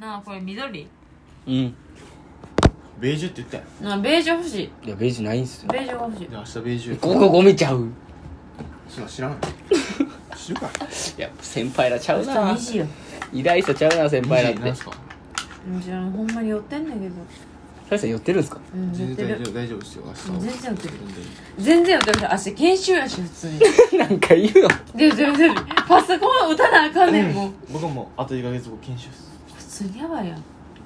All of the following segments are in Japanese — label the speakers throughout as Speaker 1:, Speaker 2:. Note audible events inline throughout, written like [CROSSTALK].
Speaker 1: なあこれ緑
Speaker 2: うん
Speaker 3: ベージュって言ったよ
Speaker 1: なあベージュ欲しい
Speaker 2: いやベージュないんすよ
Speaker 1: ベージュが欲しい
Speaker 3: で明日ベージュ
Speaker 2: ここゴミちゃう
Speaker 3: そんなん知らない知 [LAUGHS] るか
Speaker 2: いや先輩らちゃう
Speaker 1: 明日2
Speaker 2: な
Speaker 1: 時よ
Speaker 2: 依頼者ちゃうな先輩ら
Speaker 3: 二
Speaker 2: っ
Speaker 3: 時なん
Speaker 2: て
Speaker 3: すか
Speaker 1: じゃあほんまに寄ってんだけど
Speaker 2: 大将寄ってるんすか
Speaker 1: うん寄っ
Speaker 3: 全
Speaker 1: て
Speaker 3: 然大
Speaker 1: る
Speaker 3: 丈夫大丈夫ですよ明日
Speaker 1: 全然寄ってる
Speaker 3: 全然
Speaker 1: 全然寄ってる明日研修やし普
Speaker 2: [LAUGHS]
Speaker 1: 通に
Speaker 2: [LAUGHS] なんか言うの
Speaker 1: でででパソコン打たなあかんねんもう
Speaker 3: 僕はもうあと1ヶ月後研修です
Speaker 1: 普通にやばいやん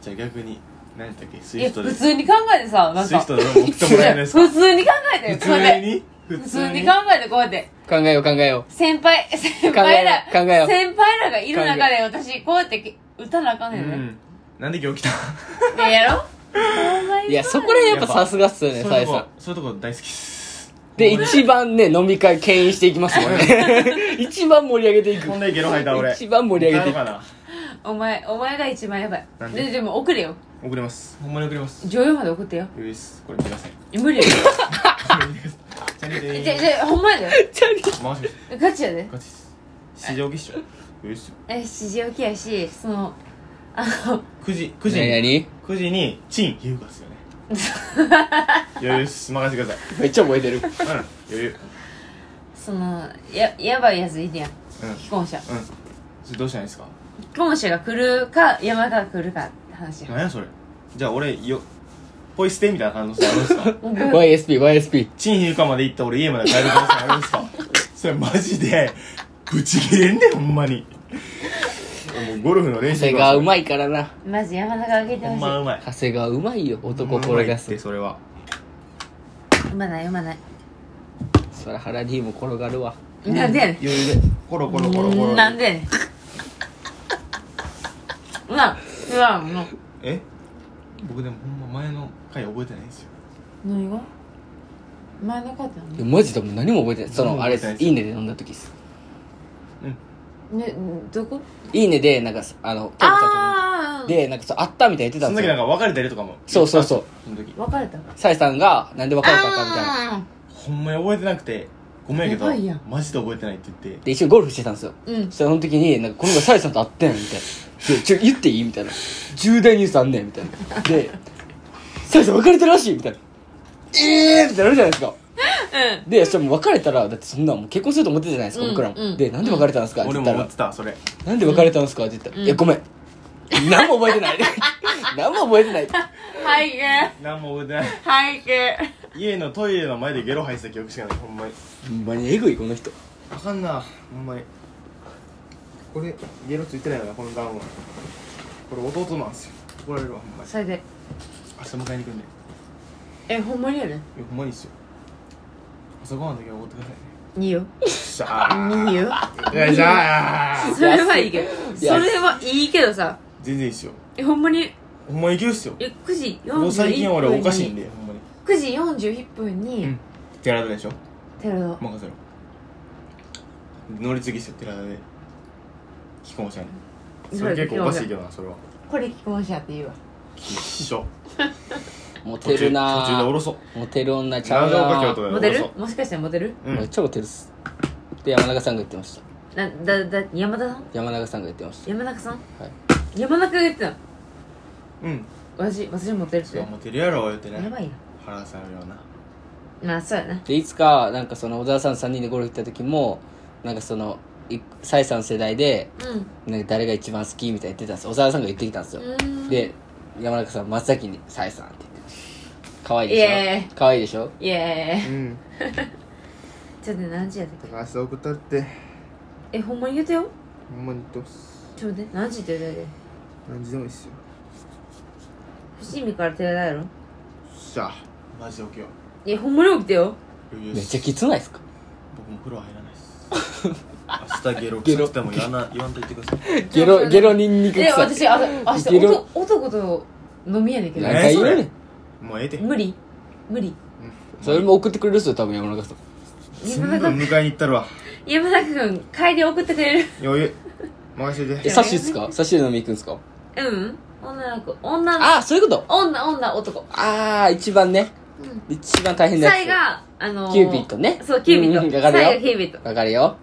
Speaker 3: じゃあ逆に何やったっけスイ
Speaker 1: いや
Speaker 3: フトで
Speaker 1: 普
Speaker 3: ス
Speaker 1: 通
Speaker 3: イ
Speaker 1: に考えてさなんか
Speaker 3: フトで送ってもらえないですか
Speaker 1: 普通に考 [LAUGHS] えてこ
Speaker 3: 普
Speaker 1: うや
Speaker 3: 通
Speaker 1: って
Speaker 3: に普
Speaker 1: 普通に考えてこうやって
Speaker 2: 考えよう考えよ
Speaker 1: 先輩先輩ら
Speaker 2: 考えよう
Speaker 1: 先輩らがいる中で私こうやって打たなあかん
Speaker 3: う
Speaker 1: ねんね、
Speaker 3: んなんで今日起きた
Speaker 1: でやろほんま
Speaker 2: う
Speaker 1: に
Speaker 2: いやそこらへんやっぱさすがっすよね
Speaker 3: そうい
Speaker 2: さ
Speaker 3: う
Speaker 2: え
Speaker 3: と
Speaker 2: さ
Speaker 3: こ
Speaker 2: ん
Speaker 3: そういうとこ大好きっす
Speaker 2: で一番ね飲み会牽引していきますもん [LAUGHS] ね一番盛り上げていく
Speaker 3: こんなにゲロ吐いた俺
Speaker 2: 一番盛り上げてい
Speaker 3: 帰ろう
Speaker 2: く
Speaker 3: か
Speaker 1: お前お前が一番やばい
Speaker 3: なん
Speaker 1: で
Speaker 3: で
Speaker 1: でも送れよ
Speaker 3: な送れますほんまに送れます
Speaker 1: 女優まで送ってよ
Speaker 3: よいっすこれ見てください
Speaker 1: 無理よ
Speaker 3: チャリ
Speaker 1: じ
Speaker 3: で
Speaker 1: ゃ
Speaker 3: ー
Speaker 1: じゃほんまやで
Speaker 2: チャリ
Speaker 3: 回しまし
Speaker 1: ガチやで
Speaker 3: ガチです市場起きっしょよいっすよ
Speaker 1: え7時起きやしそのあの
Speaker 3: 9時9時
Speaker 2: 何
Speaker 3: に
Speaker 2: 何
Speaker 3: 9時にチン言うかっすよ
Speaker 1: [LAUGHS]
Speaker 3: ねよいっす任せてくださ
Speaker 2: めっちゃ燃えてる
Speaker 3: いうん余裕
Speaker 1: そのややばいやついるやん
Speaker 3: うん
Speaker 1: 既婚者
Speaker 3: うんそれどうしたらいいですか
Speaker 1: 既婚者が来るか山が来るかって話や
Speaker 3: 何やそれじゃあ俺よポイ捨てみたいな感じあるんです
Speaker 1: [LAUGHS]
Speaker 3: か
Speaker 2: YSPYSP
Speaker 3: チンヒルカまで行った俺家まで帰る可能性あるんですかそれマジでぶち切れんねんほんまにもうゴルフの練
Speaker 2: 長
Speaker 3: 習
Speaker 2: 谷川う
Speaker 3: い
Speaker 2: まいからな
Speaker 1: まず山中開けて
Speaker 3: ほ
Speaker 1: ほ
Speaker 3: ん
Speaker 1: し
Speaker 3: ま
Speaker 1: いう
Speaker 3: まい
Speaker 2: 長谷川うまいよ男
Speaker 3: ほんま
Speaker 2: 転
Speaker 3: うまい
Speaker 2: が
Speaker 3: って
Speaker 2: す
Speaker 3: それは
Speaker 1: うまないうまない
Speaker 2: そら原 D も転がるわ
Speaker 1: なんでやねん
Speaker 3: 余裕でコロコロコロコロ
Speaker 1: なんでやねんなうわもう
Speaker 3: え僕でもほんま前の回覚えてないんですよ
Speaker 1: 何が前の方って何
Speaker 2: マジでもう何も覚えてないそ
Speaker 3: 何
Speaker 2: の
Speaker 3: も
Speaker 2: あ
Speaker 3: 覚
Speaker 2: れ
Speaker 3: えてない
Speaker 2: で
Speaker 3: です
Speaker 2: すいいねで飲んだ時です
Speaker 3: うん
Speaker 1: ねどこ
Speaker 2: いいねでなんかさあのケイコちゃ
Speaker 1: あ
Speaker 2: んと
Speaker 1: あ
Speaker 2: でなんかそうあったみたいに言ってた
Speaker 3: そ
Speaker 2: ん
Speaker 3: の
Speaker 2: です
Speaker 3: 時
Speaker 2: よ
Speaker 3: なんか別れたりとかも
Speaker 2: そうそうそう
Speaker 3: その時
Speaker 1: 別れた
Speaker 2: さえさんがなんで別れたかみたいな
Speaker 1: あ
Speaker 3: ほんまに覚えてなくてごめんやけ
Speaker 1: やば
Speaker 3: ど
Speaker 1: いやん
Speaker 3: マジで覚えてないって言って
Speaker 2: で一緒にゴルフしてたんですよ
Speaker 1: ーうん
Speaker 2: そしたらその時になんかこの子さえさんと会ってんみたいなでちょ言っていいみたいな重大ニュースあんねんみたいなでさえさん別れてるらしいみたいなええーみたいになるじゃないですかでそしたらもう別れたらだってそんなんもう結婚すると思ってたじゃないですか、
Speaker 1: うん
Speaker 2: 僕らも、
Speaker 1: うん
Speaker 2: でなんで別れたんですかって言
Speaker 3: 俺
Speaker 2: っ
Speaker 3: も
Speaker 2: た
Speaker 3: 思っ
Speaker 2: ら
Speaker 3: てたそれ
Speaker 2: なんで別れたんですかって言ったら、
Speaker 1: うん
Speaker 2: いやごめん何も覚えてない [LAUGHS] 何も覚えてない
Speaker 1: 背景
Speaker 3: 何も覚えてない
Speaker 1: 背景
Speaker 3: 家のトイレの前でゲロ吐いてた記憶しかないほんまに
Speaker 2: ほんまにエグいこの人
Speaker 3: あかんなほんまにこれゲロついてないよなこのダウンはこれ弟なんですよ怒られるわほんまに
Speaker 1: それで
Speaker 3: 明日迎えに行くんでい
Speaker 1: えほんまにやね
Speaker 3: やほんまにいいっすよ朝ごはんだけはおごってくださいね
Speaker 1: いいよ
Speaker 3: しゃ
Speaker 1: いい [LAUGHS] よ
Speaker 3: ーよいしゃー
Speaker 1: それはいいけど
Speaker 2: いや
Speaker 1: それはいいけどさ
Speaker 3: 全然いいっすよ
Speaker 1: えほんまに
Speaker 3: ほんまにいけるっすよ
Speaker 1: え9時41
Speaker 3: も
Speaker 1: 分
Speaker 3: う
Speaker 1: に
Speaker 3: 最近俺おかしいんでほんまに
Speaker 1: 9時41分
Speaker 3: う
Speaker 1: に
Speaker 3: ん寺田でしょ
Speaker 1: 寺田
Speaker 3: 任せろ乗り継ぎして寺田で既婚者にそれ結構おかしいけどなそれは
Speaker 1: これ既婚者って言うわ
Speaker 3: きっしょ
Speaker 2: モ
Speaker 3: 途
Speaker 2: テ
Speaker 3: 中
Speaker 2: る
Speaker 3: 途
Speaker 2: な
Speaker 3: 中で降ろそう
Speaker 2: モテる女ちゃ
Speaker 3: 長
Speaker 2: う
Speaker 3: 岡京
Speaker 2: な
Speaker 3: 都で
Speaker 1: モ
Speaker 3: 降
Speaker 1: デ
Speaker 3: ろそ
Speaker 1: ルもしかしてモデル
Speaker 3: ううん
Speaker 2: 俺超モテるっすで山中さんが言ってました
Speaker 1: なだだ山田さん
Speaker 2: 山中さんが言ってました
Speaker 1: 山中さん
Speaker 2: はい
Speaker 1: 山中が言ってたの
Speaker 3: うん
Speaker 1: 私私モデルっ
Speaker 3: そ
Speaker 1: て
Speaker 3: うモテるやろ言うて
Speaker 1: や
Speaker 3: ね
Speaker 1: ばい
Speaker 3: 原さんような
Speaker 1: なまあそうやな
Speaker 2: でいつかなんかその小沢さん3人でゴルフ行った時もなんかそのいサイさん世代で
Speaker 1: うん
Speaker 2: なんか誰が一番好きみたいな言ってたんですよ小沢さんが言ってきたんですよ
Speaker 1: うーん
Speaker 2: で山中さん真っ先にサイさんって言ってました可愛い
Speaker 1: イエ
Speaker 2: でしょ可愛いでしょ
Speaker 1: イエー
Speaker 3: うん
Speaker 1: [LAUGHS] イちょっと何時やで
Speaker 3: 明日送ったって
Speaker 1: えほんまに言ってよ
Speaker 3: ほんまに言ってます
Speaker 1: ちょっと待って何時って言うて
Speaker 3: 何時でもいいっすよ
Speaker 1: 伏見から寺田やろ
Speaker 3: しゃあマジで起きよ
Speaker 1: えほんまに起きてよ
Speaker 3: う
Speaker 2: めっちゃきつないですか
Speaker 3: 僕も風呂入らないっす [LAUGHS] 明日ゲロ臭くても言わな言わんと言ってください
Speaker 2: ゲロゲロニンニク
Speaker 1: え
Speaker 2: 臭い
Speaker 1: 私あ明
Speaker 2: いけ
Speaker 1: 日
Speaker 2: る
Speaker 1: 男男と飲みやねんけど
Speaker 2: 何回言うねん
Speaker 3: もうええて
Speaker 1: 無理無理
Speaker 2: それも送ってくれるっすよ多分山中さん
Speaker 3: 全
Speaker 1: 山
Speaker 3: 部
Speaker 1: 中
Speaker 3: 迎えに行ったるわ
Speaker 1: 山中君帰り送ってくれる
Speaker 3: 余裕任せて
Speaker 2: え
Speaker 1: や
Speaker 2: サッシっすかサッシで飲み行くんすか
Speaker 1: うん女の子女の
Speaker 2: ああそういうこと
Speaker 1: 女女男
Speaker 2: ああ一番ね
Speaker 1: うん
Speaker 2: 一番大変な
Speaker 1: サイ
Speaker 2: や
Speaker 1: があの
Speaker 2: つキューピッドね
Speaker 1: そうキューピッ
Speaker 2: うん
Speaker 1: ド
Speaker 2: わかる
Speaker 1: サイが
Speaker 2: よ
Speaker 1: キューピッド
Speaker 2: わかるよ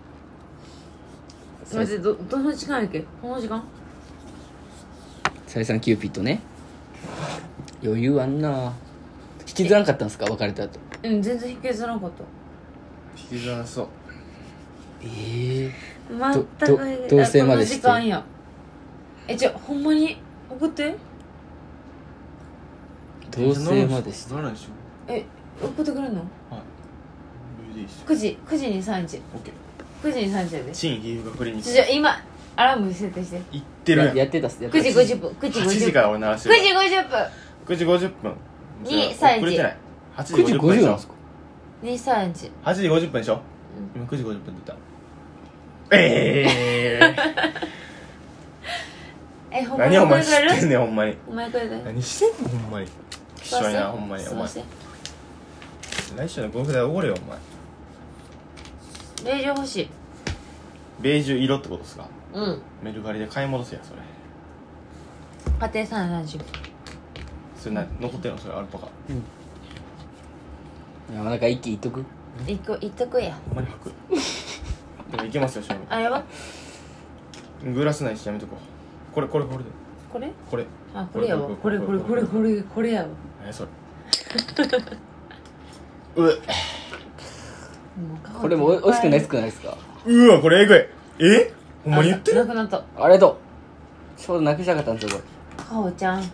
Speaker 1: 待ってどどの時間やっけこの時間
Speaker 2: 再三キューピッドね余裕あんな引きずらんかったんですか別れた後
Speaker 1: うん全然引きずらんこと
Speaker 3: 引きずらなそう
Speaker 2: ええ
Speaker 1: 全く
Speaker 2: どど同棲までして
Speaker 1: あこの時間やえじゃほんまに送って
Speaker 2: 同棲までして
Speaker 3: ならないでし
Speaker 1: え送ってくれるの
Speaker 3: ょはい余裕でいいっし
Speaker 1: 9時9時に3時
Speaker 3: ょ OK
Speaker 1: 9時に3時やでち
Speaker 3: チン皮膚がクリニ
Speaker 1: ょ
Speaker 3: ッ
Speaker 1: ちょ
Speaker 3: ク
Speaker 1: 今アラーム設定して
Speaker 3: 行ってるやん
Speaker 2: やってたっすやっ
Speaker 1: 9
Speaker 2: て
Speaker 1: 時
Speaker 2: た
Speaker 1: 50分9時
Speaker 3: [LAUGHS] 8
Speaker 1: 50分
Speaker 3: 時から俺鳴らして
Speaker 1: 9
Speaker 3: る
Speaker 1: 時50分
Speaker 3: 9時50分
Speaker 1: に
Speaker 3: それ
Speaker 1: 3時
Speaker 3: 遅れてない8時
Speaker 2: 9時
Speaker 3: 50分で
Speaker 2: 50
Speaker 3: し
Speaker 2: なん
Speaker 3: ょ
Speaker 2: ですか
Speaker 1: 23時
Speaker 3: 8時50分でしょ今9時50分って言ったえ
Speaker 1: [LAUGHS]
Speaker 3: え
Speaker 1: えほんまに
Speaker 3: 何お前知
Speaker 1: これ
Speaker 3: っ
Speaker 1: くれ
Speaker 3: てん
Speaker 1: る
Speaker 3: ねんほんまに
Speaker 1: お前くれる
Speaker 3: 何してんのほんまに貴重いなほんまにお前
Speaker 1: すいま
Speaker 3: 来週のゴルフ代おごれよお
Speaker 1: せ
Speaker 3: 前
Speaker 1: ん令状欲しい
Speaker 3: ベージュ色ってことですか
Speaker 1: うん
Speaker 3: メルカリで買い戻せやそれ
Speaker 1: 家庭菜の70
Speaker 3: それな残ってるのそれアルパカ
Speaker 2: 山中一気いっとく
Speaker 1: 一個一得や
Speaker 3: ほんまに
Speaker 1: [LAUGHS]
Speaker 3: 吐くでもいけますよ正味
Speaker 1: あやば
Speaker 3: グラスないしやめとこうこれこれこれで
Speaker 1: これ
Speaker 3: これ
Speaker 1: あこれやわ
Speaker 3: こ
Speaker 1: こ
Speaker 3: れ
Speaker 1: れ
Speaker 3: こ
Speaker 1: これ
Speaker 3: れこ
Speaker 1: こ
Speaker 3: れ
Speaker 1: れこれこれやわ
Speaker 3: えそれうえ
Speaker 1: もう顔
Speaker 2: これもお惜しくないっすくないですか
Speaker 3: うわこれえぐいえほんまに言って
Speaker 1: あ
Speaker 3: る
Speaker 1: なくなった
Speaker 2: ありがとうちょうどなくしたかったんですよこ
Speaker 1: かおちゃん
Speaker 2: れ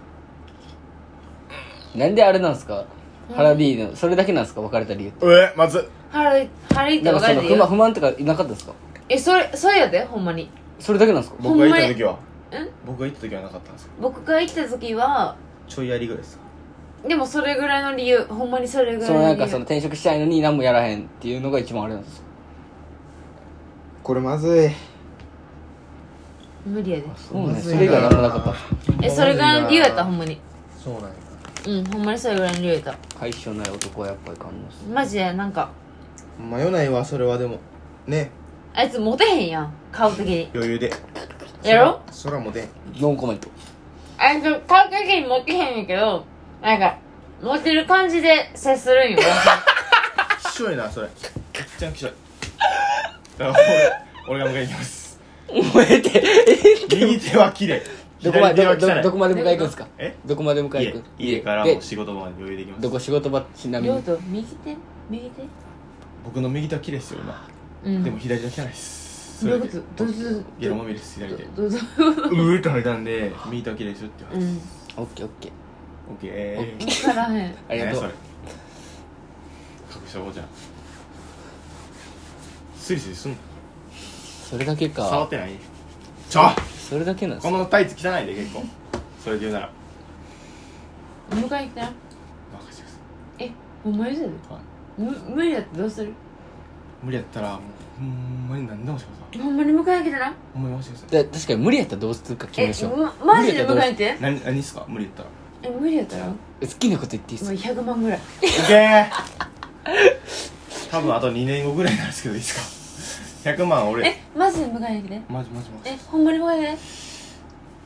Speaker 2: なんであれなんですかハラビーのそれだけなんですか別れた理由って
Speaker 3: うえまずっ
Speaker 1: 腹い腹いって
Speaker 2: なん
Speaker 1: 分
Speaker 2: か
Speaker 1: か
Speaker 2: そ
Speaker 1: るで
Speaker 2: の不満
Speaker 1: よ
Speaker 2: 不満とかいなかったですか
Speaker 1: えそれそれやでほんまに
Speaker 2: それだけなんですか
Speaker 3: 僕が行った時
Speaker 1: ほん
Speaker 3: は
Speaker 1: まにん
Speaker 3: 僕が行った時はなかったんですか
Speaker 1: 僕が生きた時は
Speaker 3: ちょいやりぐらいですか
Speaker 1: でもそれぐらいの理由ほんまにそれぐらい
Speaker 2: その
Speaker 1: の
Speaker 2: なん
Speaker 1: 理由
Speaker 2: かその転職したいのに何もやらへんっていうのが一番あれなんですよ
Speaker 4: これまずい
Speaker 1: 無理やで
Speaker 2: そうねそれ以外何もなかったんですよ
Speaker 1: えそれぐらいの理由やったほん
Speaker 3: ま
Speaker 1: まに
Speaker 3: そうなんや
Speaker 1: うんほんまにそれぐらいの理由やった
Speaker 2: 解消ない男はやっぱり感動する
Speaker 1: マジでなんか
Speaker 3: 迷わないわそれはでもね
Speaker 1: あいつモテへんやん顔的に
Speaker 3: 余裕で
Speaker 1: やろ
Speaker 3: そらもで
Speaker 2: ノンコ
Speaker 1: [LAUGHS]
Speaker 2: メント
Speaker 1: あいつ顔的にモテへんやけどなんかモテる感じで接するんよ
Speaker 3: きしょいなそれめっちゃきしょいだから俺俺が迎えに行きます
Speaker 2: もうええって
Speaker 3: 右手は綺麗
Speaker 2: どこま
Speaker 3: [LAUGHS] 左手
Speaker 2: でど
Speaker 3: は
Speaker 2: どど
Speaker 3: 汚
Speaker 2: こまで迎え行くんですか
Speaker 3: え
Speaker 2: どこまで迎え
Speaker 3: い家
Speaker 2: 行く
Speaker 3: 家から
Speaker 2: で
Speaker 3: も仕事まで余裕で行きます
Speaker 2: どこ仕事場ちなみ
Speaker 1: 両
Speaker 2: に
Speaker 1: と右手右手
Speaker 3: 僕の右手は綺麗ですよ今
Speaker 1: うん
Speaker 3: でも左手は汚いです
Speaker 1: どういうこ
Speaker 3: それだ
Speaker 1: とどういうこ
Speaker 3: けゲロまみれです左手
Speaker 1: とどうどうどういうこ
Speaker 3: うーっと吐いたんで右手は綺麗ですよって
Speaker 1: とうん
Speaker 2: オッケーオッケー
Speaker 3: オッケー
Speaker 1: 分からへん
Speaker 2: ありがとう
Speaker 3: 隠した方じゃんスリスリすんの
Speaker 2: それだけ
Speaker 3: 触っ
Speaker 2: か
Speaker 3: てないちょ
Speaker 2: それだけなんです
Speaker 3: こ
Speaker 2: よ
Speaker 3: のタイツ汚いで結構それで言うなら
Speaker 1: 迎え行った
Speaker 3: 任せてくださ
Speaker 1: えほんまにやで
Speaker 3: い、はい、
Speaker 1: む無理だってどうする
Speaker 3: 無理やったらもうほんまに何でもしてください
Speaker 1: ほんまに迎えに来たら
Speaker 3: ほんまに任せてください
Speaker 2: で確かに無理やったらどうするか決め
Speaker 1: え
Speaker 2: ましょう
Speaker 1: まマジで迎えに来て
Speaker 3: 何何っすか無理やったら
Speaker 1: え無理やったらも
Speaker 2: 好きなこと言っていいっ
Speaker 1: う
Speaker 2: すか
Speaker 1: 100万ぐらい
Speaker 3: オッケー多分あと2年後ぐらいなんですけどいいですか100万俺
Speaker 1: えマジで迎えに来て
Speaker 3: マジマジマジ
Speaker 1: えほんまに迎えに来て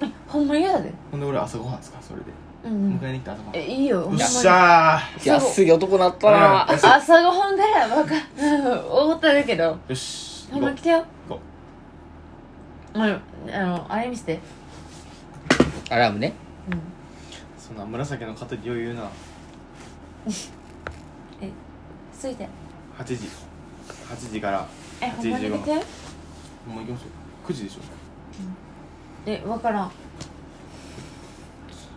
Speaker 1: えほんまに嫌だで
Speaker 3: ほんで俺朝ごはんですかそれで
Speaker 1: うんうん
Speaker 3: 迎えに来た朝ごはん
Speaker 1: えいいよほん
Speaker 3: よ
Speaker 1: ま
Speaker 3: っ
Speaker 1: に
Speaker 3: しゃ
Speaker 2: 安い男なった
Speaker 3: うん
Speaker 2: な
Speaker 1: 朝ごはんからわか思っただけど
Speaker 3: ーよし
Speaker 1: ほ
Speaker 3: 行
Speaker 1: ん
Speaker 3: こ
Speaker 1: ま
Speaker 3: う
Speaker 1: に来てよ
Speaker 3: 行こ
Speaker 1: うんあのあれ見せて
Speaker 2: アラームね
Speaker 1: うん
Speaker 3: うそんな紫の肩に余裕な
Speaker 1: ついて
Speaker 3: 8時8時から
Speaker 1: えほんまに来て
Speaker 3: もう行きますよ9時でしょ
Speaker 1: えわからん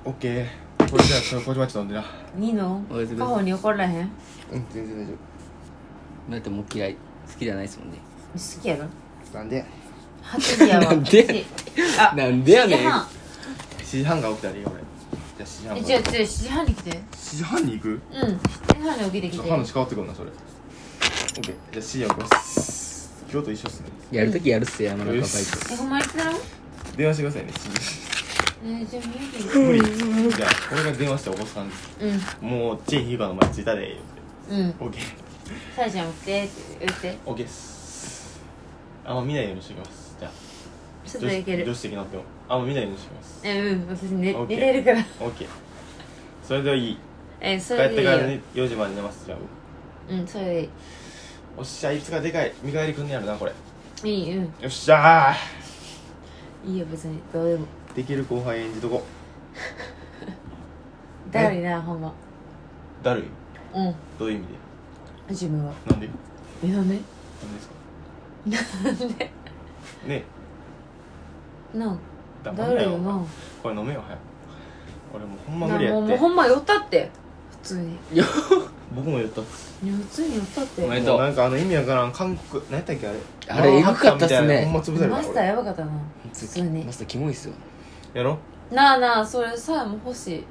Speaker 3: オッケーこれじゃあそれこじまちょっと飲んでな
Speaker 1: ニノ
Speaker 2: おやすみ
Speaker 1: カホに怒らへん好
Speaker 4: うん全然大丈
Speaker 2: だってもう嫌い好きじゃないですもんね
Speaker 1: きやろ
Speaker 4: 夫なんで
Speaker 1: 8時やわ
Speaker 2: なんで
Speaker 1: 8あ
Speaker 2: なんでやね
Speaker 1: 7時
Speaker 2: ん
Speaker 1: 半
Speaker 3: 7時半が起きたらいいよ俺じゃあ7時半
Speaker 1: え
Speaker 3: が
Speaker 1: 違う違う7時半に来て
Speaker 3: 7時半に行く
Speaker 1: うん7時半に起きてき
Speaker 3: ちょ
Speaker 1: て
Speaker 3: っと話変わってくるなそれオッケーじゃあ7時半起きます今日と一緒っすね
Speaker 2: やるときやるっすよ山中バイ
Speaker 3: よ
Speaker 2: ト
Speaker 3: し
Speaker 1: えほんまに来たの
Speaker 3: 電話してくださいね7時
Speaker 1: えじゃあ無
Speaker 3: 無理じゃあ俺が電話して起こす感じ
Speaker 1: 理うん
Speaker 3: もうチンヒーバーの前着いたで
Speaker 1: うん
Speaker 3: オッケー
Speaker 1: さやちゃん起きてって言って
Speaker 3: オッケーっすあんま見ないようにしてきますじゃあ
Speaker 1: ちょっと
Speaker 3: 女
Speaker 1: いけ
Speaker 3: 子女
Speaker 1: る
Speaker 3: 子的なってもあんま見ないようにしてきます
Speaker 1: えうん私寝
Speaker 3: オッケ
Speaker 1: 寝
Speaker 3: ー
Speaker 1: れるから
Speaker 3: オッケーそれではいい
Speaker 1: えそ
Speaker 3: 帰っ
Speaker 1: れ
Speaker 3: て
Speaker 1: でい
Speaker 3: か
Speaker 1: い
Speaker 3: ら
Speaker 1: よ
Speaker 3: ね4時まで寝ますじゃあ
Speaker 1: うんそれでいい
Speaker 3: おっしゃいつかでかい見返りくんねやろなこれよ
Speaker 1: いいうん
Speaker 3: っしゃ
Speaker 1: いいよ別にどうでも
Speaker 3: ーできる後輩演じとこう
Speaker 1: だるいなほんま
Speaker 3: だるい
Speaker 1: うん
Speaker 3: どういう意味で
Speaker 1: 自分は
Speaker 3: なんでな
Speaker 1: えなんで
Speaker 3: んでですか
Speaker 1: なんで
Speaker 3: ね
Speaker 1: なあ
Speaker 3: え黙ん
Speaker 1: だ
Speaker 3: な
Speaker 1: るい
Speaker 3: よ
Speaker 1: よな
Speaker 3: これ飲めよ早く俺もうほんま
Speaker 1: な
Speaker 3: 無理や
Speaker 1: もうも
Speaker 3: っ
Speaker 1: う
Speaker 3: て
Speaker 1: ほんま酔ったって普通に
Speaker 3: 僕も言った
Speaker 1: いや普通に酔ったっ
Speaker 2: おめ
Speaker 1: て
Speaker 2: でと
Speaker 3: もうな
Speaker 2: うん
Speaker 3: かあの意味わからん韓国何やったっけあれ
Speaker 2: あれエグかったっすね
Speaker 3: マッカみいなほんま潰された
Speaker 1: マスター
Speaker 3: 俺
Speaker 1: やばかったな普通に
Speaker 2: マスターキモいっすよ
Speaker 3: やろ
Speaker 1: なあなあそれさえも欲し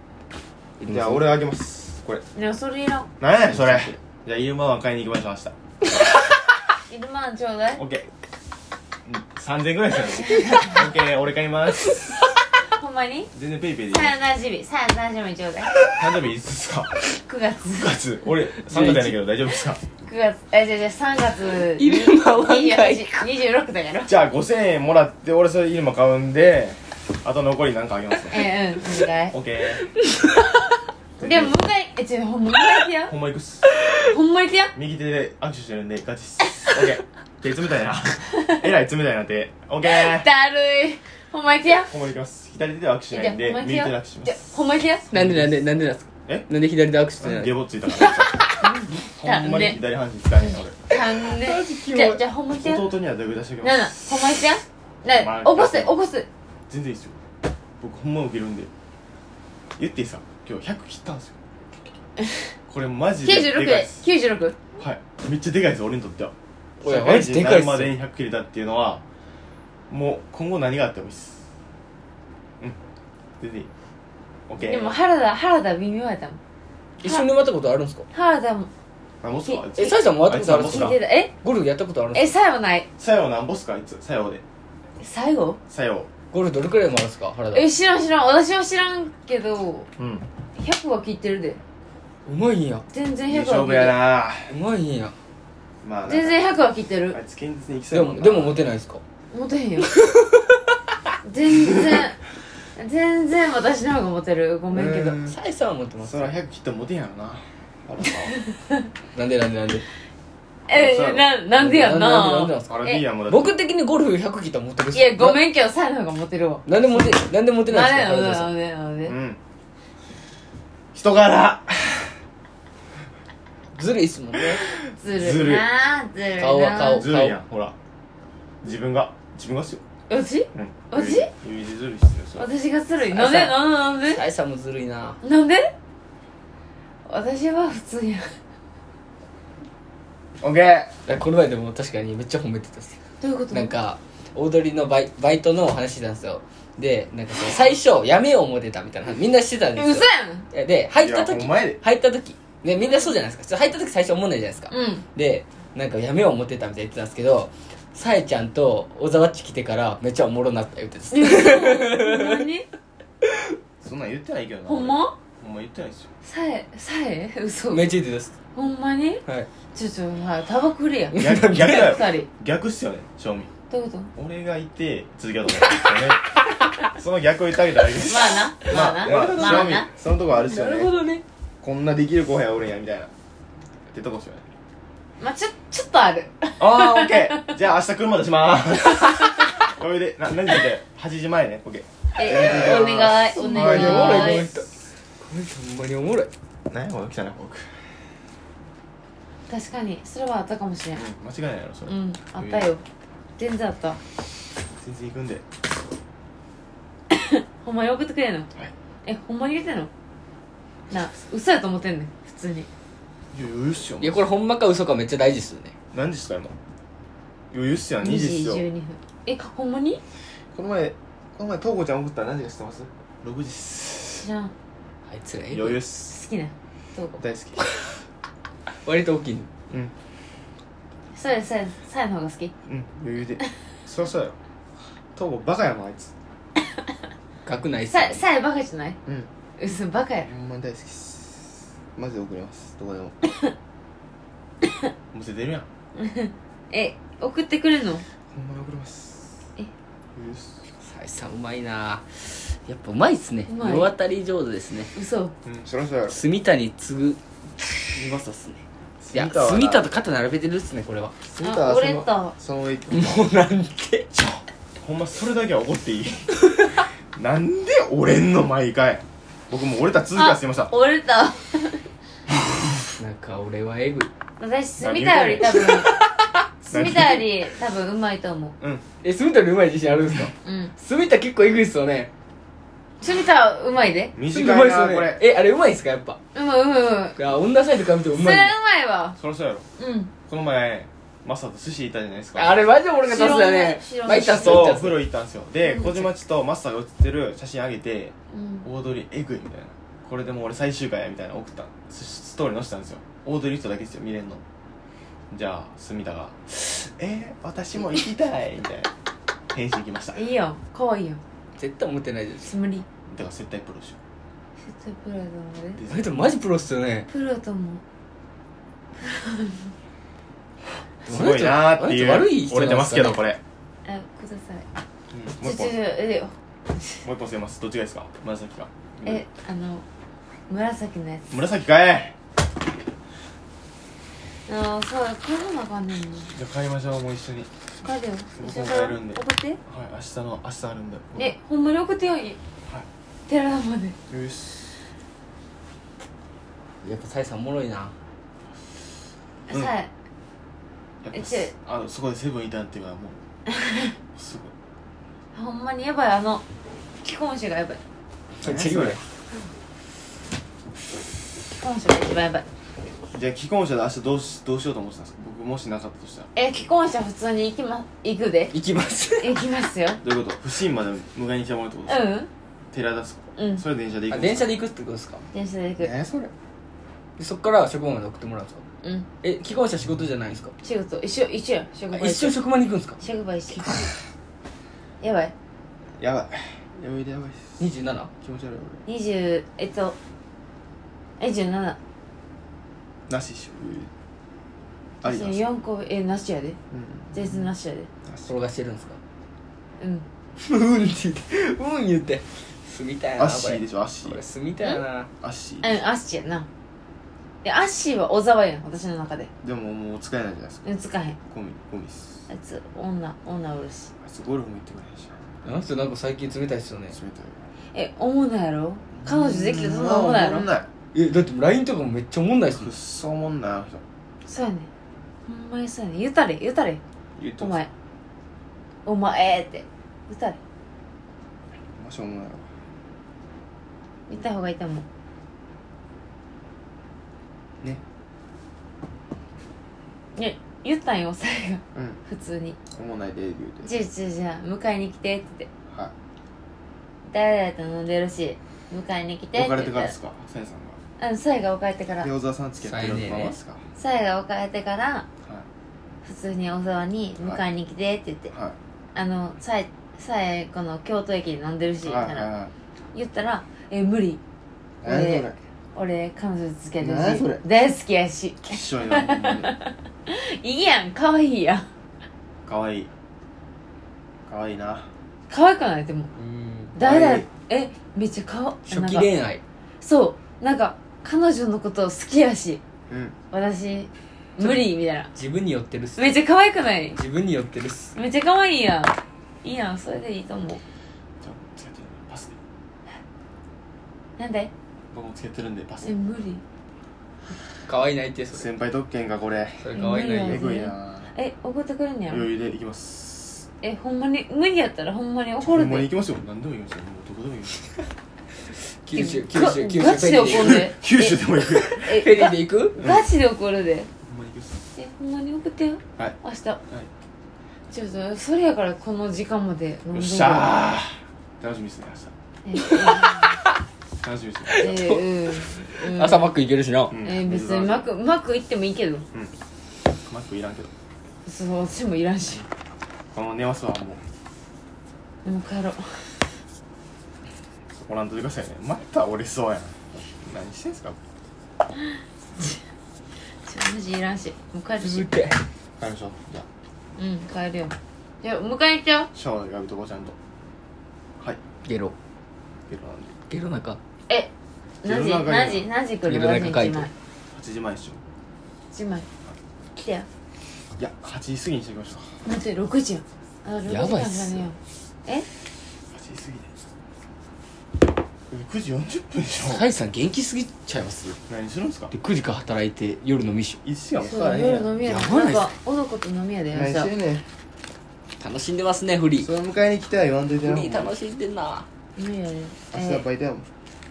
Speaker 3: じゃあ俺あげますこれ
Speaker 1: いいやそれいらん
Speaker 3: 何やねんそれじゃあイルマワン買いに行きましょう明日
Speaker 1: いるまんちょうだい
Speaker 3: オッケー3000円ぐらいですよ [LAUGHS] ねオッケー俺買います
Speaker 1: ほんまに
Speaker 3: 全然ペイペイでいい
Speaker 1: さよなじみさよなじみちょうだい
Speaker 3: 誕生日いつですか
Speaker 1: 9月
Speaker 3: 9月俺3月やねんけど大丈夫ですか
Speaker 1: 9月あじゃじゃ3月
Speaker 2: いるまわんかい
Speaker 1: 26だから
Speaker 3: じゃあ5000円もらって俺それイルマ買うんであと残りなんかあげますね
Speaker 1: ええうんお願
Speaker 3: オッケ
Speaker 1: い
Speaker 3: ー
Speaker 1: [LAUGHS] でも向かいえ違うほんま向かい手や
Speaker 3: ほんま行くっす
Speaker 1: ほんま行くや
Speaker 3: 右手で握手してるんでガチっすオッ
Speaker 1: [LAUGHS]
Speaker 3: ケー手冷たいなえらい冷たいな手オッケー
Speaker 1: だるいほんま行くや
Speaker 3: ほんま行きます左手では握手しないん
Speaker 1: じゃ
Speaker 3: で
Speaker 1: あほんま
Speaker 3: 右
Speaker 1: 行
Speaker 3: 手
Speaker 1: く
Speaker 3: で
Speaker 1: よ
Speaker 3: 握手しま
Speaker 1: じゃ
Speaker 3: す
Speaker 1: ほんま行くや
Speaker 2: なんでなんでなんでなんすか
Speaker 3: え
Speaker 2: なんで左で握手してない
Speaker 3: ゲボついたから
Speaker 1: うん
Speaker 3: ほんまに左半身使えへん俺
Speaker 1: なんで
Speaker 3: モい
Speaker 1: じゃじゃほんま行くやな
Speaker 3: 弟にはだいぶ出してきま
Speaker 1: あなあ
Speaker 3: す
Speaker 1: ほんま行くやなあ起こす起こす
Speaker 3: 全然いいっすよ僕ほんま受けるんで言っていいっすか今日100切ったん
Speaker 1: [LAUGHS]
Speaker 3: ですよこれマジででか
Speaker 1: 96
Speaker 3: いで
Speaker 1: です96
Speaker 3: はいめっちゃでかいです俺にとっては
Speaker 2: おい
Speaker 3: 社会
Speaker 2: マジで
Speaker 3: 人
Speaker 2: かいっす
Speaker 3: までに100切れたっていうのはもう今後何があってもいいっすうん全然いい OK
Speaker 1: でも原田原田微妙やったもん
Speaker 2: 一緒に回ったことあるんすか
Speaker 1: 原田も
Speaker 3: 何ボスかあい
Speaker 2: え
Speaker 3: つ
Speaker 2: サイさんも回ったことあるんす
Speaker 1: 聞
Speaker 2: か
Speaker 1: いてたえ
Speaker 2: ゴルフやったことあるんす
Speaker 1: え
Speaker 2: か
Speaker 1: 最後ない
Speaker 3: さよ何ボスかあいつさよで
Speaker 1: 最後
Speaker 3: さよ
Speaker 2: ゴルフどれくらい回るんすか原田
Speaker 1: え知らん知らん私は知らんけど
Speaker 3: うん
Speaker 1: 100は聞いてるで
Speaker 2: うまいんや
Speaker 1: 全然
Speaker 3: い
Speaker 1: 100
Speaker 3: い
Speaker 1: は
Speaker 3: 勝
Speaker 1: 聞い
Speaker 3: 負
Speaker 1: て
Speaker 3: や
Speaker 1: る
Speaker 3: な
Speaker 2: うまいんや
Speaker 3: まあ
Speaker 1: 全然100は聞いて
Speaker 3: あ
Speaker 1: る
Speaker 3: いつ堅実に行きそ
Speaker 2: で
Speaker 3: うやもん
Speaker 2: も
Speaker 3: な
Speaker 2: でもモテないんすか
Speaker 1: モテへんよ全然全然私の方がモテるごめんけど
Speaker 3: うーん
Speaker 2: サイさんはモテます
Speaker 3: そら100切ってもモテんやろなあれさ
Speaker 2: なんでなんでなんで
Speaker 1: え
Speaker 3: そう
Speaker 1: ななんでやん
Speaker 2: な
Speaker 1: な
Speaker 2: んでなんでなんでなんすか
Speaker 3: あれ B やもんだって
Speaker 2: 僕的にゴルフ100切ったらモテるっす
Speaker 1: いやごめんけどサイの方がモテるわ
Speaker 2: なんでモテなんでモテな
Speaker 1: なんで
Speaker 2: いんす
Speaker 1: なん
Speaker 2: か原
Speaker 1: で
Speaker 2: 田さ
Speaker 1: なんんでなんで
Speaker 3: うん人柄
Speaker 2: ずるいっすもんね
Speaker 1: ず
Speaker 3: ず
Speaker 1: るい
Speaker 3: るい
Speaker 1: なずるいな
Speaker 2: 顔は顔
Speaker 3: ずるいやんほら自分が自分がっすよ
Speaker 1: 私
Speaker 3: うん
Speaker 1: マジ
Speaker 3: ゆいでずるいっすよそれ
Speaker 1: 私がずるいなんで
Speaker 2: あ
Speaker 1: なんでなんで
Speaker 2: サイさんもずるいな
Speaker 1: なんで私は普通や
Speaker 3: オッケー
Speaker 2: だからこの前でも確かにめっちゃ褒めてたっす
Speaker 1: どういうこと
Speaker 2: なんか踊りのバイバイトの話してたんですよでなんかその最初やめよう思ってたみたいなみんなしてたんで
Speaker 1: え
Speaker 2: すよ
Speaker 1: 嘘やん
Speaker 2: えで入った
Speaker 3: いや
Speaker 2: 時
Speaker 3: お前で
Speaker 2: 入った時ねみんなそうじゃないですかちょ入った時最初思わないじゃないですか、
Speaker 1: うん
Speaker 2: でなんかやめよう思ってたみたいに言ってたんですけどさえちゃんと小沢っち来てからめっちゃおもろなった言ってたんです
Speaker 1: [LAUGHS] 何
Speaker 3: そんなん言ってないけどな
Speaker 1: ほんま
Speaker 3: 俺ほんま言ってないっすよ
Speaker 1: さえさえ [LAUGHS] 嘘
Speaker 2: めっちゃ言ってたっす
Speaker 1: ほんまに
Speaker 2: はい
Speaker 1: ちょちょはいタバコ売れやん
Speaker 3: 逆逆だよ
Speaker 1: 二人
Speaker 3: 逆っすよね正味
Speaker 1: どういうこと
Speaker 3: 俺がいて続けようと思ったんですよね
Speaker 2: [LAUGHS]
Speaker 3: その逆を言ってあげたらいいです
Speaker 1: まあなまあなまあな,、
Speaker 3: まあ正味そのとこあるっすよ
Speaker 2: なるほ
Speaker 3: ね
Speaker 2: どね
Speaker 3: こんなできる後輩おるんやみたいなってとこっすよね
Speaker 1: まあちょちょっとある
Speaker 3: ああ、オッケー。じゃあ明日車出しまーす。 [LAUGHS] これで、な、何時で ?8 時前ね。オッケー。
Speaker 1: えお願いお
Speaker 2: おもろいおもろ
Speaker 1: 願
Speaker 2: い
Speaker 1: い
Speaker 2: この人ほんまにおもろい
Speaker 3: 何やこの汚いフォーク。
Speaker 1: 確かにそれはあったかもしれん
Speaker 3: うん、間違いないやろ、それ。
Speaker 1: うんあったよ全然あった
Speaker 3: 全然行くんで。
Speaker 1: ほんまに送ってくれんの、えほんまに言ってんのな嘘やと思ってんねん普通に
Speaker 3: 余裕っすよ。
Speaker 2: いやこれほんまか嘘かめっちゃ大事っすよね
Speaker 3: 何時っすか、今。余裕っすよ、2
Speaker 1: 2
Speaker 3: 時
Speaker 1: 時
Speaker 3: っすよ。
Speaker 1: 12分えほんまに
Speaker 3: この前、この前、とうこちゃん送ったら何時か知ってます ?6 時っす。
Speaker 1: 知らん好
Speaker 2: あいつらえ
Speaker 3: 余裕
Speaker 2: ぐい
Speaker 3: っす。
Speaker 1: きなどうこ
Speaker 3: 大好き。
Speaker 2: 割と大きいの
Speaker 3: うん。
Speaker 1: それさえさえの方が好き
Speaker 3: うん、余裕で。そりゃそうやろ。とうこバカやもん、あいつ。
Speaker 2: 額ないっすよ
Speaker 1: さ
Speaker 2: ね
Speaker 1: えさえバカじゃない
Speaker 3: うん。
Speaker 1: 嘘バカや
Speaker 3: ほんまに大好きっす。マジで送ります。どこでも。むせてるやん。
Speaker 1: え送ってくれるの
Speaker 3: ほんまに送ります。
Speaker 1: え
Speaker 3: よし。
Speaker 2: サイさんうまいなやっぱうまいっすね
Speaker 1: うまい
Speaker 2: 世渡り上手ですね
Speaker 1: 嘘
Speaker 3: うん、そりゃそうやろ。
Speaker 2: 住谷継ぐうまさっすねいや住田と肩並べてるっすねこれは
Speaker 3: ス
Speaker 1: あ俺と
Speaker 3: その上行く。
Speaker 2: もうなんて
Speaker 3: ほんまそれだけは怒っていい。 [LAUGHS] なんで折れんの毎回僕もう折れた続きがしてました
Speaker 1: あ折れた
Speaker 2: なんか俺はエグい
Speaker 1: 私住田より多分住田より多分うまいと思う
Speaker 3: うん
Speaker 2: え住田のうまい自信あるんですか
Speaker 1: うん
Speaker 2: 住田結構エグいっすよね
Speaker 1: 住田うまいで
Speaker 3: 短
Speaker 2: 住田うま
Speaker 3: い
Speaker 2: っすよ
Speaker 3: な
Speaker 2: ね
Speaker 3: これ
Speaker 2: えあれうまいっすかやっぱ
Speaker 1: うまいうまいうまい
Speaker 2: いや女サイトから見てもう
Speaker 1: そ
Speaker 2: ま
Speaker 1: れ
Speaker 2: い
Speaker 1: は
Speaker 2: ね
Speaker 1: うまいわ
Speaker 3: そりゃそうやろ
Speaker 1: うん
Speaker 3: この前マサと寿司行ったじゃないですか
Speaker 2: あれマジ俺が出すだね
Speaker 1: 知らん
Speaker 2: まあいったっす
Speaker 3: そ
Speaker 2: よい
Speaker 3: う
Speaker 2: っ
Speaker 3: お
Speaker 2: たっす
Speaker 3: 風呂行ったんですよで
Speaker 1: うん
Speaker 3: 小島ちとマサが写ってる写真あげて
Speaker 1: うん
Speaker 3: 大通りエグいみたいなこれでもう俺最終回やみたいなの送ったスストーリー載せたんですよ大通り人だけですよ見れんのじゃあ住田が「えー、私も行きたい」みたいな返信来ましただか
Speaker 1: いいよ可愛いよ
Speaker 2: 絶対思ってないじゃん
Speaker 1: つむり
Speaker 3: ら絶対プロでしょ
Speaker 1: 絶対プロだと思うで
Speaker 2: あれでもマジプロっすよね
Speaker 1: プロとも
Speaker 3: すごいなーっていう
Speaker 2: あなた悪い人
Speaker 3: 折れてますけ
Speaker 2: な
Speaker 3: ど
Speaker 2: ん
Speaker 3: これ、
Speaker 1: あください
Speaker 3: うん
Speaker 1: ち
Speaker 3: もう
Speaker 1: ょ
Speaker 3: 一
Speaker 1: ち
Speaker 3: 本
Speaker 1: ょちょえ
Speaker 3: もう一本捨てますどっちがいいですか紫か
Speaker 1: えあの紫のやつ
Speaker 3: 紫かえ
Speaker 1: ああそうこういうのがあんねんな
Speaker 3: じゃあ買いましょうもう一緒に
Speaker 1: 帰るよ
Speaker 3: 僕
Speaker 1: 一緒
Speaker 3: も
Speaker 1: に
Speaker 3: 帰るんで
Speaker 1: 送って
Speaker 3: はい明日の明日あるんで
Speaker 1: えほんまに送ってよい
Speaker 3: はい
Speaker 1: 寺田まで
Speaker 3: よし
Speaker 2: やっぱサイさんおもろいな
Speaker 3: うん
Speaker 1: さえ
Speaker 3: やっ
Speaker 1: え
Speaker 3: ぱ
Speaker 1: ちょい
Speaker 3: すあのそこでセブンいたっていうのはも
Speaker 1: [LAUGHS]
Speaker 3: うすごい
Speaker 1: ほんまにやばいあの既婚者がやばい
Speaker 2: めっちゃエグいね
Speaker 1: 既婚者が一番やばい
Speaker 3: じゃあ既婚者で明日どうしどうしようと思ってたんですか僕もしなかったとしたら
Speaker 1: え既婚者普通に行きま行くで
Speaker 2: 行きます
Speaker 1: 行きます [LAUGHS] よ
Speaker 3: どういうこと不審まで迎えに来てもらうってことですか、
Speaker 1: うん
Speaker 3: 寺田っすか、
Speaker 1: うん
Speaker 3: それ電車で行
Speaker 2: あ
Speaker 3: くん
Speaker 2: 電車
Speaker 3: で
Speaker 2: で行くってことですか
Speaker 1: 電車で行く
Speaker 4: 何やそれ
Speaker 2: でそっから職場まで送ってもらうんですか
Speaker 1: うん
Speaker 2: え既婚者仕事じゃないんですか
Speaker 1: 仕事一緒一緒や職場
Speaker 2: あ
Speaker 1: 一緒
Speaker 2: 一生職場に行くんですか
Speaker 1: 職場 [LAUGHS] 一緒やばい
Speaker 3: すかやばいやばいやばいっす
Speaker 2: 27?
Speaker 3: 気持ち悪い俺
Speaker 1: 20えっとえ17
Speaker 3: なしっしょありなんすか
Speaker 1: 4個えなしやで
Speaker 3: うん
Speaker 1: 全然なしやで
Speaker 3: なし
Speaker 2: 転がしてるんですか
Speaker 1: うん
Speaker 2: うんって言ってうん言って住みたい
Speaker 3: ア
Speaker 2: な
Speaker 3: ッシーでしょアッシ
Speaker 2: これこれ
Speaker 3: ー
Speaker 2: 住みたいな
Speaker 3: アッシ
Speaker 1: うんア
Speaker 3: ー
Speaker 1: ッシーやないやアッシーは小沢やん私の中で
Speaker 3: でももう使えないじゃないですか
Speaker 1: うんつかへん
Speaker 3: ゴミゴミっす
Speaker 1: あいつ女女おるし
Speaker 3: あいつゴルフも行ってくれへんし
Speaker 2: あの人なんか最近冷たいっすよね
Speaker 3: 冷たい
Speaker 1: え思うなやろ彼女できてそんな思うなや
Speaker 3: おもん
Speaker 1: ろ
Speaker 3: ない
Speaker 2: えだってもう LINE とかもめっちゃおもんないっす
Speaker 3: く
Speaker 2: もん
Speaker 3: っそおもんないあの人
Speaker 1: そうやねほんまにそうやね言うたれ言うたれ
Speaker 3: 言って
Speaker 1: お
Speaker 3: ます
Speaker 1: 前お前って言うたれ
Speaker 3: マジおもんないわ
Speaker 1: 言った方がいいと思う
Speaker 3: ね
Speaker 1: ね言ったんよさえが
Speaker 3: うん
Speaker 1: 普通に
Speaker 3: おもんないで言う
Speaker 1: 「
Speaker 3: て
Speaker 1: じゃあじゃあじゃあ迎えに来て」って言って
Speaker 3: はい
Speaker 1: 「誰々と飲んでるし迎えに来て」って
Speaker 3: 別
Speaker 1: 言
Speaker 3: れ
Speaker 1: って
Speaker 3: からですかさやさん
Speaker 1: たうんさえが別れてから
Speaker 3: がで小沢さん付き合ってるままですかは
Speaker 1: さえが別れてから普通に小沢に「
Speaker 3: はい
Speaker 1: 迎えに来て」って言って
Speaker 3: いは
Speaker 1: あのさえさえこの京都駅で飲んでるし
Speaker 3: い
Speaker 1: み
Speaker 3: はい
Speaker 1: たい
Speaker 3: はい
Speaker 1: な
Speaker 3: は
Speaker 1: 言ったら「え無理
Speaker 4: 何やそれ
Speaker 1: 俺彼女付き合って
Speaker 4: 何
Speaker 1: る
Speaker 4: それ
Speaker 1: し大好きやし
Speaker 3: いきっしょいなほんまに
Speaker 1: いいやん可愛いやん
Speaker 3: かわいいかわいいな
Speaker 1: 可愛くないでも
Speaker 2: うん
Speaker 1: 誰
Speaker 3: 可
Speaker 1: だ
Speaker 3: 愛い
Speaker 1: えめっちゃ顔
Speaker 2: 初期恋
Speaker 1: 愛
Speaker 2: 愛
Speaker 1: そうなんか彼女のこと好きやし
Speaker 3: うん
Speaker 1: 私無理みたいな
Speaker 2: 自分に寄ってるっす
Speaker 1: めっちゃ可愛くない
Speaker 2: 自分に寄ってるっす
Speaker 1: めっちゃ可愛いやんいいやんそれでいいと思う
Speaker 3: じゃあ付き合ってるんでパスで
Speaker 1: なんで
Speaker 3: 僕も付き合ってるんでパス
Speaker 1: え
Speaker 3: で
Speaker 1: 無理
Speaker 2: 可愛いないってそれ
Speaker 3: 先輩特権かこれ
Speaker 2: それ可愛いな
Speaker 1: 無
Speaker 2: い
Speaker 3: え
Speaker 1: 理
Speaker 2: よ
Speaker 3: ぐいな
Speaker 1: え怒ってくれんねやろ
Speaker 3: 余裕で行きます
Speaker 1: えほんまに無理やったらほんまに怒
Speaker 3: ほ
Speaker 1: る
Speaker 3: んまに
Speaker 1: で
Speaker 3: 行きますよ何でも行きますよもうどこでも行き
Speaker 2: 九
Speaker 3: ますよ
Speaker 2: 州九
Speaker 1: ガ
Speaker 2: 州九州
Speaker 1: ガチで怒るで
Speaker 3: 九州でも行く
Speaker 1: え
Speaker 2: フェリーで行く
Speaker 1: えガチで怒るで
Speaker 3: ほんまに行きます
Speaker 1: えほんまに送ってよ
Speaker 3: はい
Speaker 1: 明日ちょっとそれやからこの時間まで飲ん
Speaker 3: よ
Speaker 1: でる
Speaker 3: っしゃー楽しみですね
Speaker 1: えー
Speaker 3: 明日楽しみです
Speaker 1: え
Speaker 3: ね
Speaker 1: ーうんうん
Speaker 2: 朝マック行けるしな
Speaker 3: うん
Speaker 1: えー別にマックマック行ってもいいけど
Speaker 3: うんマックいらんけど
Speaker 1: そう私もいらんし
Speaker 3: この寝ますわもう
Speaker 1: でも帰ろう
Speaker 3: おらんといてくださいねまた折れそうやん何してんすか
Speaker 1: ちょマジいらんしもう帰る
Speaker 2: 続
Speaker 1: し
Speaker 2: け
Speaker 3: 帰りましょうじゃあ
Speaker 1: うん帰るよじゃあ迎え行っちゃおう
Speaker 3: シャワーで浴びとこうちゃんとはい
Speaker 2: ゲロ
Speaker 3: ゲロなんで
Speaker 2: ゲロ中
Speaker 1: え何時
Speaker 3: 夜中
Speaker 1: 何
Speaker 3: に
Speaker 1: 時何時来る
Speaker 2: 夜中
Speaker 1: マジ
Speaker 2: 帰
Speaker 1: 1
Speaker 2: って
Speaker 1: 枚
Speaker 3: 8時前でしょ
Speaker 1: 1枚来てよ
Speaker 3: いや8時過ぎにしておきましょう
Speaker 1: 待って6時やあ6時
Speaker 2: やばいっ
Speaker 1: 間
Speaker 2: す
Speaker 1: じゃねえよえ
Speaker 3: 8時過ぎで9時40分でし
Speaker 2: サ
Speaker 3: ょ
Speaker 2: イさん元気すぎちゃいます
Speaker 3: 何するんですか
Speaker 2: で9時から働いて夜のミッショ
Speaker 3: 1時間もか
Speaker 1: そ
Speaker 3: か
Speaker 1: う
Speaker 3: らへんや
Speaker 1: 夜
Speaker 3: ん
Speaker 1: 飲み屋で
Speaker 2: やばないっすね
Speaker 1: なんか男と飲み屋でや
Speaker 4: 何し
Speaker 1: り
Speaker 4: て
Speaker 1: た
Speaker 4: んねん
Speaker 2: ン楽しんでますねフリ
Speaker 4: そ
Speaker 2: ー
Speaker 4: れ迎えに来たら言わんといて
Speaker 2: フ
Speaker 4: な
Speaker 2: リー
Speaker 4: ほんま
Speaker 2: 楽しんでんな
Speaker 1: 無理やで
Speaker 4: 明日はバイトやもん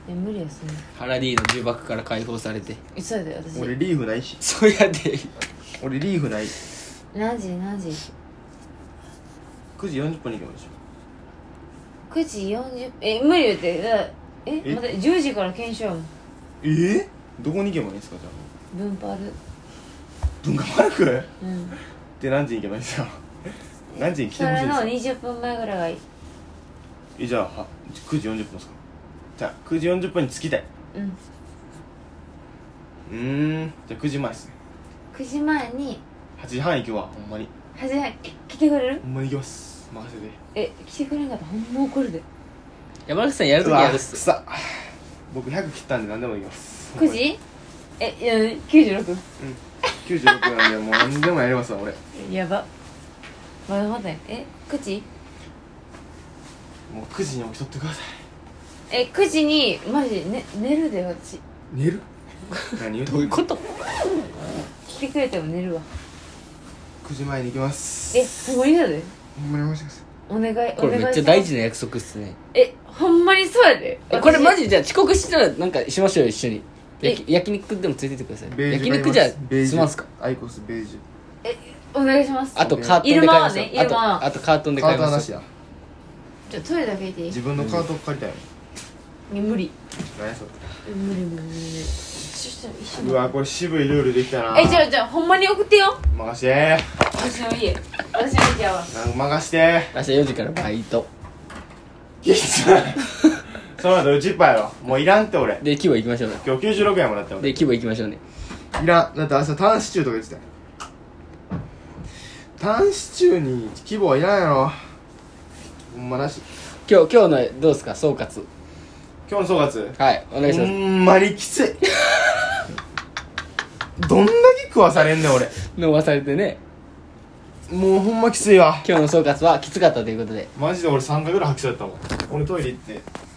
Speaker 1: え無理やそんな
Speaker 2: ハラディの重爆から解放されて
Speaker 1: 急いで私
Speaker 3: 俺リーフないし
Speaker 2: そうやで
Speaker 3: 俺リーフない
Speaker 1: 何時何時
Speaker 3: 9時40分に行けばいいでし
Speaker 1: 9時40え無理言ってだえ
Speaker 3: え
Speaker 1: また10時から検証やもん
Speaker 3: ょえどこに行けばいいんですかじゃあ
Speaker 1: 分パル
Speaker 3: 文化パークっ
Speaker 1: うん
Speaker 3: て何時に行けばいいんですか何時に来
Speaker 1: そ
Speaker 3: てほしい
Speaker 1: れ
Speaker 3: んで
Speaker 1: の
Speaker 3: すか
Speaker 1: 20分前ぐらいがいい
Speaker 3: えじゃあは9時40分ですかじゃあ9時40分に着きたい
Speaker 1: うん
Speaker 3: うーんじゃあ9時前ですね
Speaker 1: 9時前に
Speaker 3: 8時半行くわほんまに
Speaker 1: 初めき来てくれる
Speaker 3: ほんまに行きます任せて
Speaker 1: え来てくれんかったらほんま怒るで
Speaker 2: 山口さんやるとき
Speaker 3: わ
Speaker 2: やるっす
Speaker 3: 臭っ僕100切ったんで何でも行きます
Speaker 1: 9時えいや 96?
Speaker 3: うん96なんでもう何でもやりますわ俺
Speaker 1: やばまだまだやえ9時
Speaker 3: もう9時に起きとってください
Speaker 1: え9時にマジ、ね、寝るで私
Speaker 3: 寝る [LAUGHS] 何言う
Speaker 2: どういうこと
Speaker 1: 来てくれても寝るわ
Speaker 3: 9時前に行きます
Speaker 1: えほんまにだで
Speaker 4: ほんまに申し訳
Speaker 1: お願いお願い
Speaker 2: これめっちゃ
Speaker 1: しま
Speaker 2: 大
Speaker 1: す
Speaker 2: 事な約束っすね
Speaker 1: えほんまにそうやで
Speaker 2: えこれマ
Speaker 1: ジ
Speaker 2: ジじゃあ遅刻したらなんかしましょうよ一緒に
Speaker 1: え
Speaker 2: 焼き焼肉でもついてってください
Speaker 3: ベージ
Speaker 2: 焼
Speaker 3: ュ買い
Speaker 2: 肉
Speaker 3: ます
Speaker 2: じゃ
Speaker 3: ベージ
Speaker 2: 済
Speaker 3: ュ
Speaker 2: ますか
Speaker 3: アイコスベージ
Speaker 1: お願いします
Speaker 2: あとカートンで買いますよ
Speaker 1: イルマはねイルマ
Speaker 2: あ
Speaker 1: は
Speaker 2: とあとカートン
Speaker 4: ない
Speaker 2: で
Speaker 4: カー
Speaker 2: 買い
Speaker 4: ドは
Speaker 2: ま
Speaker 4: な
Speaker 2: す
Speaker 4: し
Speaker 2: よ
Speaker 4: や
Speaker 1: じゃあトイレだけ行ってい
Speaker 3: ュ
Speaker 1: い
Speaker 3: 自分のカート借りたいもん
Speaker 1: いや無理
Speaker 3: 何やそれ
Speaker 1: え無理無理無理無理ちょっと一緒に
Speaker 3: うわこれ渋いルールできたな
Speaker 1: えじゃあじゃあほんまに送ってよ
Speaker 3: 任して
Speaker 1: 私の家私の家は
Speaker 3: なんか任して
Speaker 2: 明日4時からバイト
Speaker 3: いつ [LAUGHS] その後うちっぱいやろもういらんって俺
Speaker 2: で規模行きましょうね
Speaker 3: 今日96円もらったよ
Speaker 2: で
Speaker 3: 俺
Speaker 2: 規模行きましょうね
Speaker 4: いらんだって明日タンシチューとか言ってたよ
Speaker 3: タンシチューに規模はいらんやろほんまなし
Speaker 2: 今日今日のどうですか総括
Speaker 3: 今日の総括
Speaker 2: はいお願いしま
Speaker 3: ほ
Speaker 2: す
Speaker 3: んまにきつい [LAUGHS] どんだけ食わされんねん俺
Speaker 2: 伸ばされてね
Speaker 3: もうほんまきついわ
Speaker 2: 今日の総括はきつかったということで
Speaker 3: マジで俺3回ぐらい吐きそうやったもん俺トイレ行って